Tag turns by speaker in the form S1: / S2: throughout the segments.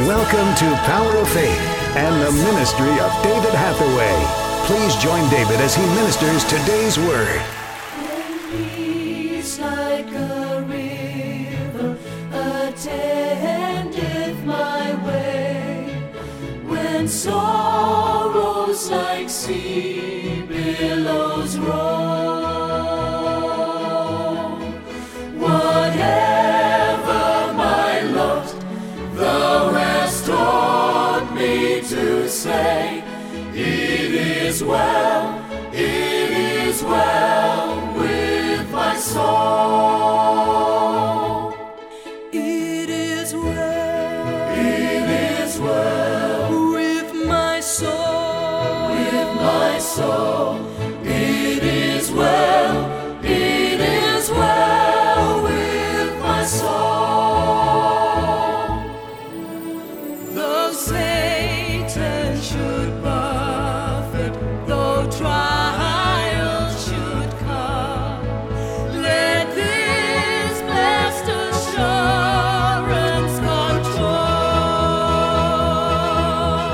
S1: Welcome to Power of Faith and the ministry of David Hathaway. Please join David as he ministers today's word.
S2: Peace like a river attendeth my way. When sorrows like sea billows roll, whatever my lot, thou hast taught me to say, It is well, it is well with my soul. It is well, it is well with my soul, with my soul. It is well, it is well with my soul. Though Satan should buffet, though trials should come, let this blessed assurance control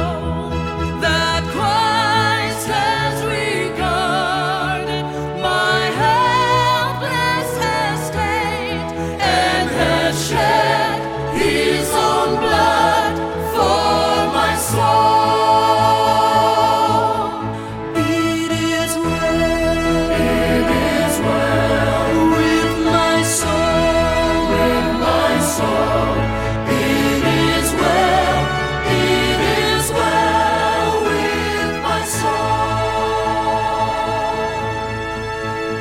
S2: that Christ has regarded my helpless estate and has shed His own blood for my soul. It is well, it is well with my soul, with my soul. It is well, it is well with my soul.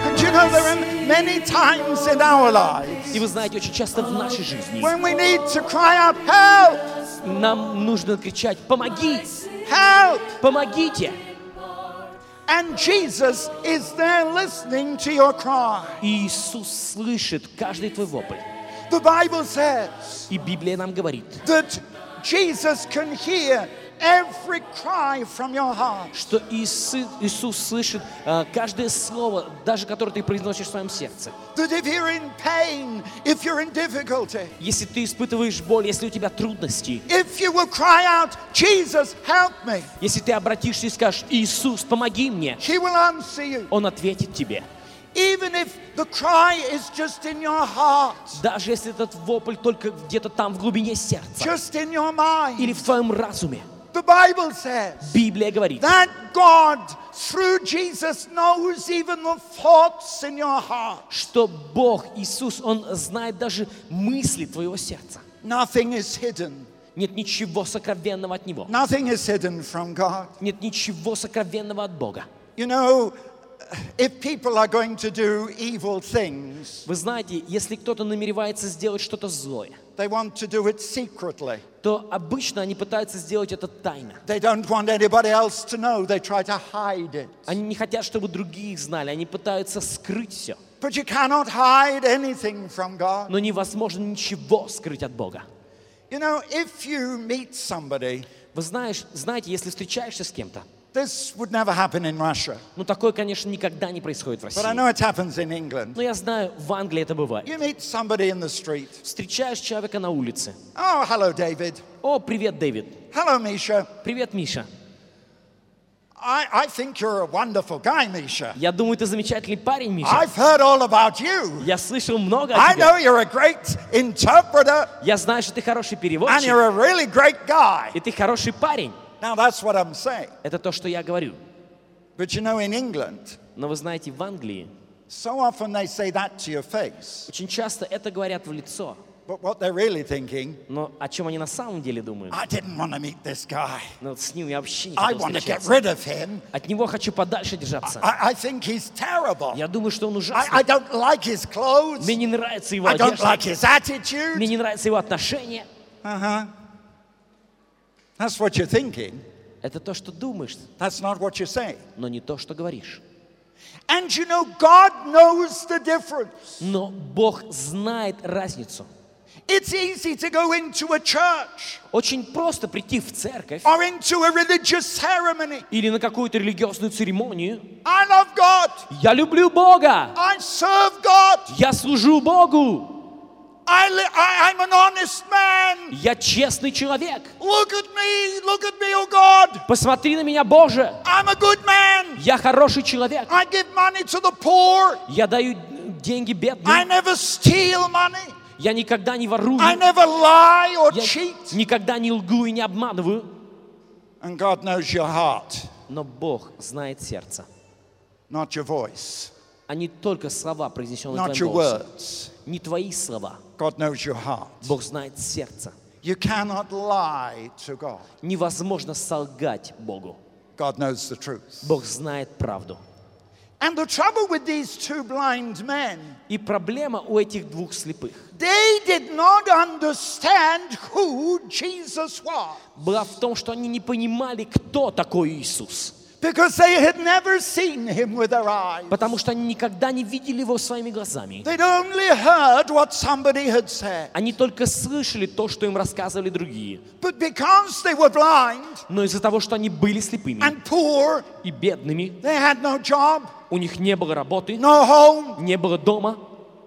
S3: And you know, there are many times in our lives
S4: И вы знаете, очень часто в нашей жизни
S3: when we need to cry out, Help!
S4: нам нужно кричать «Помоги!
S3: Help!
S4: Помогите!»
S3: And Jesus is there listening to your cry.
S4: И Иисус слышит каждый твой вопль.
S3: The Bible says
S4: И Библия нам говорит,
S3: that Jesus can hear every cry from your heart.
S4: что Иису- Иисус слышит э, каждое слово, даже которое ты произносишь в своем сердце.
S3: That if you're in pain, if you're in difficulty,
S4: Если ты испытываешь боль, если у тебя трудности,
S3: if you will cry out, Jesus, help me,
S4: если ты обратишься и скажешь «Иисус, помоги мне»,
S3: He will answer you.
S4: Он ответит тебе.
S3: Even if the cry is just in your heart,
S4: Даже если этот вопль только где-то там в глубине сердца
S3: just in your mind.
S4: или в твоем разуме.
S3: The Bible says
S4: Библия говорит,
S3: that God, through Jesus, knows even the thoughts in your heart.
S4: что Бог, Иисус, Он знает даже мысли твоего сердца.
S3: Nothing is hidden.
S4: Нет ничего сокровенного от Него.
S3: Nothing is hidden from God.
S4: Нет ничего сокровенного от Бога.
S3: You know, if people are going to do evil things,
S4: Вы знаете, если кто-то намеревается сделать что-то злое,
S3: they want to do it secretly.
S4: то обычно они пытаются сделать это тайно.
S3: They don't want anybody else to know. They try to hide it.
S4: Они не хотят, чтобы другие их знали, они пытаются скрыть все.
S3: But you cannot hide anything from God.
S4: Но невозможно ничего скрыть от Бога.
S3: You know, if you meet somebody,
S4: Вы знаешь, знаете, если встречаешься с кем-то,
S3: this would never happen in Russia,
S4: ну такое, конечно, никогда не происходит в
S3: but I
S4: России.
S3: know it happens in England.
S4: Но я знаю, в Англии это бывает.
S3: You meet somebody in the street.
S4: Встречаешь человека на улице.
S3: Oh, hello, David.
S4: О, привет, Дэвид.
S3: Hello, Misha.
S4: Привет, Миша.
S3: I, I think you're a wonderful guy, Misha.
S4: Я думаю, ты замечательный парень, Миша.
S3: I've heard all about you.
S4: Я слышал много о
S3: I know
S4: тебе.
S3: you're a great interpreter
S4: Я знаю, что ты хороший
S3: and you're
S4: переводчик,
S3: a really great guy.
S4: и ты хороший парень.
S3: Now, that's what I'm saying.
S4: Это то, что я говорю.
S3: But you know, in England,
S4: Но вы знаете, в Англии
S3: so often they say that to your face.
S4: очень часто это говорят в лицо.
S3: But what they're really thinking,
S4: Но о чем они на самом деле думают?
S3: I didn't want to meet this guy.
S4: Но вот с ним я вообще не
S3: I
S4: хочу
S3: want to get
S4: встречаться.
S3: rid of him.
S4: От него хочу подальше держаться.
S3: I, I think he's terrible.
S4: Я думаю, что он
S3: I, I
S4: ужасный.
S3: don't like his clothes.
S4: Мне не нравится его
S3: I don't like
S4: одежда.
S3: his attitude.
S4: Мне не нравится его отношение.
S3: Uh-huh. That's what you're thinking.
S4: Это то, что думаешь,
S3: That's not what you're saying.
S4: но не то, что говоришь.
S3: And you know, God knows the difference.
S4: Но Бог знает разницу.
S3: It's easy to go into a church
S4: Очень просто прийти в церковь
S3: or into a religious ceremony.
S4: или на какую-то религиозную церемонию.
S3: I love God.
S4: Я люблю Бога.
S3: I serve God.
S4: Я служу Богу.
S3: I li- I, I'm an honest man.
S4: Я честный человек.
S3: Look at me. Look at me, oh God.
S4: Посмотри на меня, Боже.
S3: I'm a good man.
S4: Я хороший человек.
S3: I give money to the poor.
S4: Я даю деньги
S3: I
S4: бедным.
S3: never steal money.
S4: Я никогда не ворую.
S3: I never lie or
S4: Я
S3: cheat.
S4: никогда не лгу и не обманываю.
S3: And God knows your heart,
S4: Но Бог знает сердце.
S3: not your voice,
S4: А не только слова, произнесенные
S3: not
S4: твоим
S3: your
S4: голосом.
S3: words.
S4: Не твои слова.
S3: God knows your heart.
S4: Бог знает сердце.
S3: You cannot lie to God.
S4: Невозможно солгать Богу.
S3: God knows the truth.
S4: Бог знает правду.
S3: And the trouble with these two blind men,
S4: И проблема у этих двух слепых
S3: they did not understand who Jesus was
S4: была в том, что они не понимали, кто такой Иисус.
S3: because they had never seen him with their eyes.
S4: Потому что они никогда не видели его своими глазами.
S3: They'd only heard what somebody had said.
S4: Они только слышали то, что им рассказывали другие.
S3: But because they were blind
S4: Но из-за того, что они были слепыми
S3: and poor,
S4: и бедными,
S3: they had no job,
S4: у них не было работы,
S3: no home,
S4: не было дома,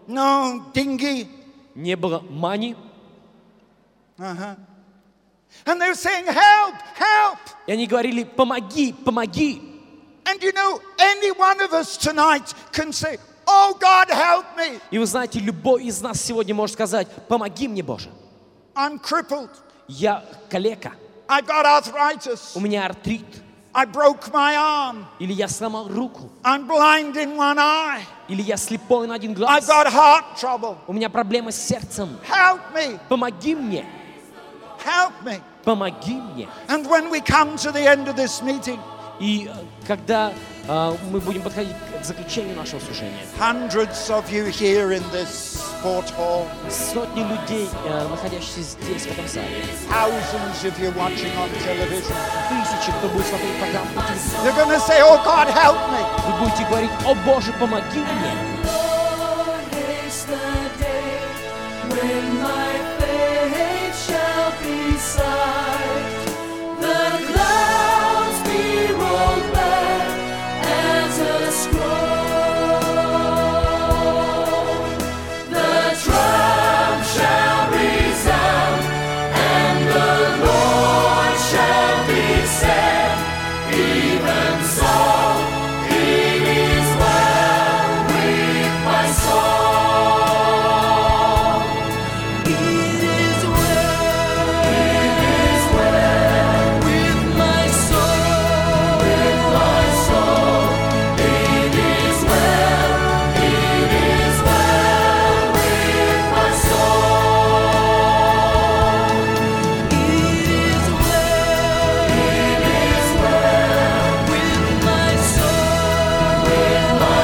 S3: no dinghy.
S4: не было мани.
S3: Uh-huh. And they were saying, Help, help.
S4: И они говорили, помоги, помоги.
S3: And you know, any one of us tonight can say, Oh God, help me.
S4: И вы знаете, любой из нас сегодня может сказать, помоги мне, Боже.
S3: I'm crippled.
S4: Я калека,
S3: I've got arthritis.
S4: у меня артрит,
S3: I broke my arm.
S4: или я сломал руку,
S3: I'm blind in one eye.
S4: или я слепой на один
S3: I've
S4: глаз,
S3: got heart trouble.
S4: у меня проблемы с сердцем.
S3: Help me.
S4: Помоги мне,
S3: Help me.
S4: помоги мне.
S3: And when we come to the end of this meeting,
S4: И э, когда э, мы будем подходить к заключению нашего служения,
S3: hundreds of you here in this sport hall,
S4: сотни людей, э, находящихся здесь, в этом зале,
S3: thousands of you watching on television,
S4: тысячи, кто будет смотреть программу по телевизору,
S3: you're going to say, Oh God, help me.
S4: вы будете говорить, о Боже, помоги мне.
S2: Lord, haste the day when my faith shall be sight. The clouds be rolled back as a scroll. The trump shall resound and the Lord shall be said. Even so, it is well with my soul. It is well, it is well with my soul, with my soul. It is well, it is well with my soul. It is well, it is well with my soul, with my soul. It is well, it is well with my soul. It is well, it is well with my soul, with my soul. It is well, it is well with my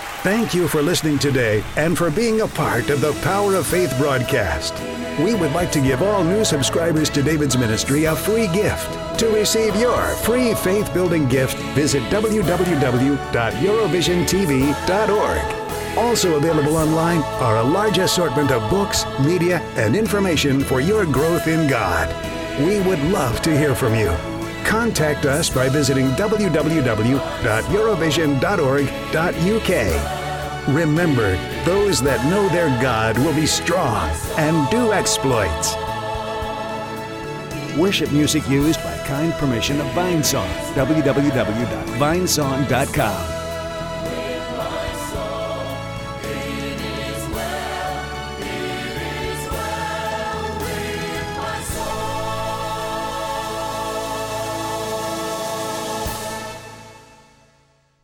S2: soul.
S1: Thank you for listening today and for being a part of the Power of Faith broadcast. We would like to give all new subscribers to David's ministry a free gift. To receive your free faith building gift, visit www.eurovisiontv.org. Also available online are a large assortment of books, media, and information for your growth in God. We would love to hear from you. Contact us by visiting www.eurovision.org.uk. Remember, those that know their God will be strong and do exploits. Worship music used by kind permission of Vinesong. www.vinesong.com.